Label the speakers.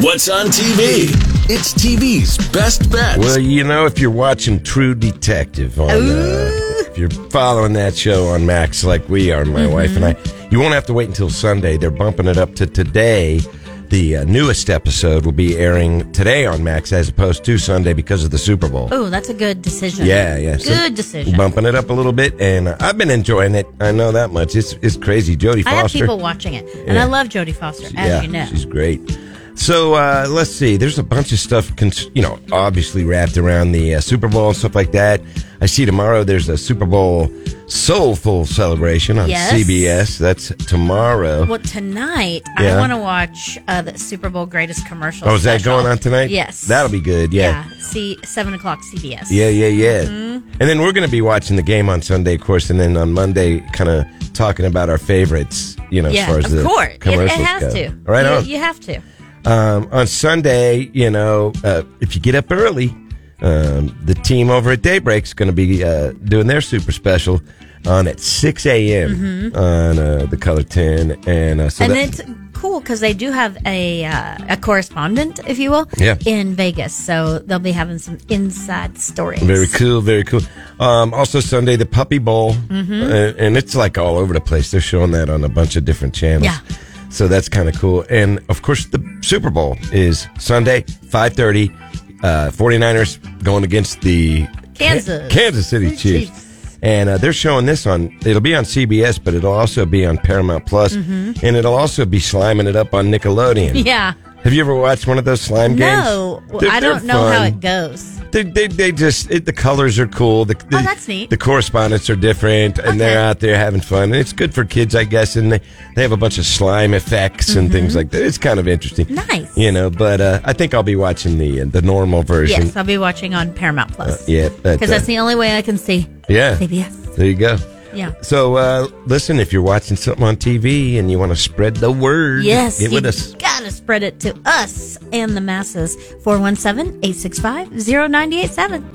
Speaker 1: What's on TV? It's TV's best bets.
Speaker 2: Well, you know, if you're watching True Detective on, uh, if you're following that show on Max like we are, my
Speaker 3: Mm-hmm.
Speaker 2: wife and I, you won't have to wait until Sunday. They're bumping it up to today. The uh, newest episode will be airing today on Max as opposed to Sunday because of the Super Bowl.
Speaker 3: Oh, that's a good decision.
Speaker 2: Yeah, yeah. so
Speaker 3: Good decision.
Speaker 2: Bumping it up a little bit, and uh, I've been enjoying it. I know that much. It's it's crazy. Jodie
Speaker 3: I
Speaker 2: Foster.
Speaker 3: have people watching it, and
Speaker 2: Yeah.
Speaker 3: I love Jodie Foster, as
Speaker 2: yeah,
Speaker 3: you know.
Speaker 2: she's great. So uh, let's see. There's a bunch of stuff, cons- you know, obviously wrapped around the uh, Super Bowl and stuff like that. I see tomorrow there's a Super Bowl soulful celebration on
Speaker 3: Yes.
Speaker 2: CBS. That's tomorrow.
Speaker 3: Well, tonight
Speaker 2: Yeah.
Speaker 3: I want to watch uh, the Super Bowl greatest commercial.
Speaker 2: Oh, is that
Speaker 3: special.
Speaker 2: going on tonight?
Speaker 3: Yes,
Speaker 2: that'll be good. Yeah,
Speaker 3: See, seven o'clock CBS.
Speaker 2: yeah, yeah, yeah.
Speaker 3: Mm-hmm.
Speaker 2: And then we're going to be watching the game on Sunday, of course, and then on Monday, kind of talking about our favorites. You know,
Speaker 3: Yeah,
Speaker 2: as far as
Speaker 3: of
Speaker 2: the
Speaker 3: course. It, it
Speaker 2: commercials
Speaker 3: has
Speaker 2: go.
Speaker 3: to.
Speaker 2: All right,
Speaker 3: you,
Speaker 2: on.
Speaker 3: you have to.
Speaker 2: um, on Sunday, you know, uh, if you get up early, um, the team over at Daybreak's going to be uh, doing their super special on at 6 a.m. on uh, the Color 10. And, uh, so
Speaker 3: and
Speaker 2: that-
Speaker 3: it's cool because they do have a uh, a correspondent, if you will,
Speaker 2: Yeah.
Speaker 3: in Vegas. So they'll be having some inside stories.
Speaker 2: very cool, very cool. Um, also, Sunday, the Puppy Bowl.
Speaker 3: Mm-hmm.
Speaker 2: Uh, and it's like all over the place. They're showing that on a bunch of different channels.
Speaker 3: Yeah.
Speaker 2: So that's kind of cool. And of course, the Super Bowl is Sunday, 530. Uh, 49ers going against the
Speaker 3: Kansas.
Speaker 2: Kansas City Chiefs. And uh, they're showing this on, it'll be on CBS, but it'll also be on Paramount Plus, And it'll also be sliming it up on Nickelodeon.
Speaker 3: Mm-hmm. Yeah.
Speaker 2: Have you ever watched one of those slime games?
Speaker 3: No,
Speaker 2: They're-
Speaker 3: I
Speaker 2: they're
Speaker 3: don't know how
Speaker 2: fun.
Speaker 3: it goes.
Speaker 2: They, they, they just, it, the colors are cool. The, the,
Speaker 3: Oh, that's neat.
Speaker 2: The correspondents are different, and they're
Speaker 3: Okay.
Speaker 2: out there having fun. And it's good for kids, I guess. And they, they have a bunch of slime effects and things like that. It's kind of interesting.
Speaker 3: Mm-hmm. Nice.
Speaker 2: You know, but uh, I think I'll be watching the uh, the normal version.
Speaker 3: Yes, I'll be watching on Paramount Plus.
Speaker 2: yeah, that,
Speaker 3: because
Speaker 2: uh,
Speaker 3: that's the only way I can see
Speaker 2: Yeah.
Speaker 3: CBS.
Speaker 2: There you go.
Speaker 3: Yeah.
Speaker 2: So uh, listen, if you're watching something on TV and you want to spread the word,
Speaker 3: Yes,
Speaker 2: get with
Speaker 3: you
Speaker 2: us.
Speaker 3: Gotta spread it to us and the masses. 417 865 0987.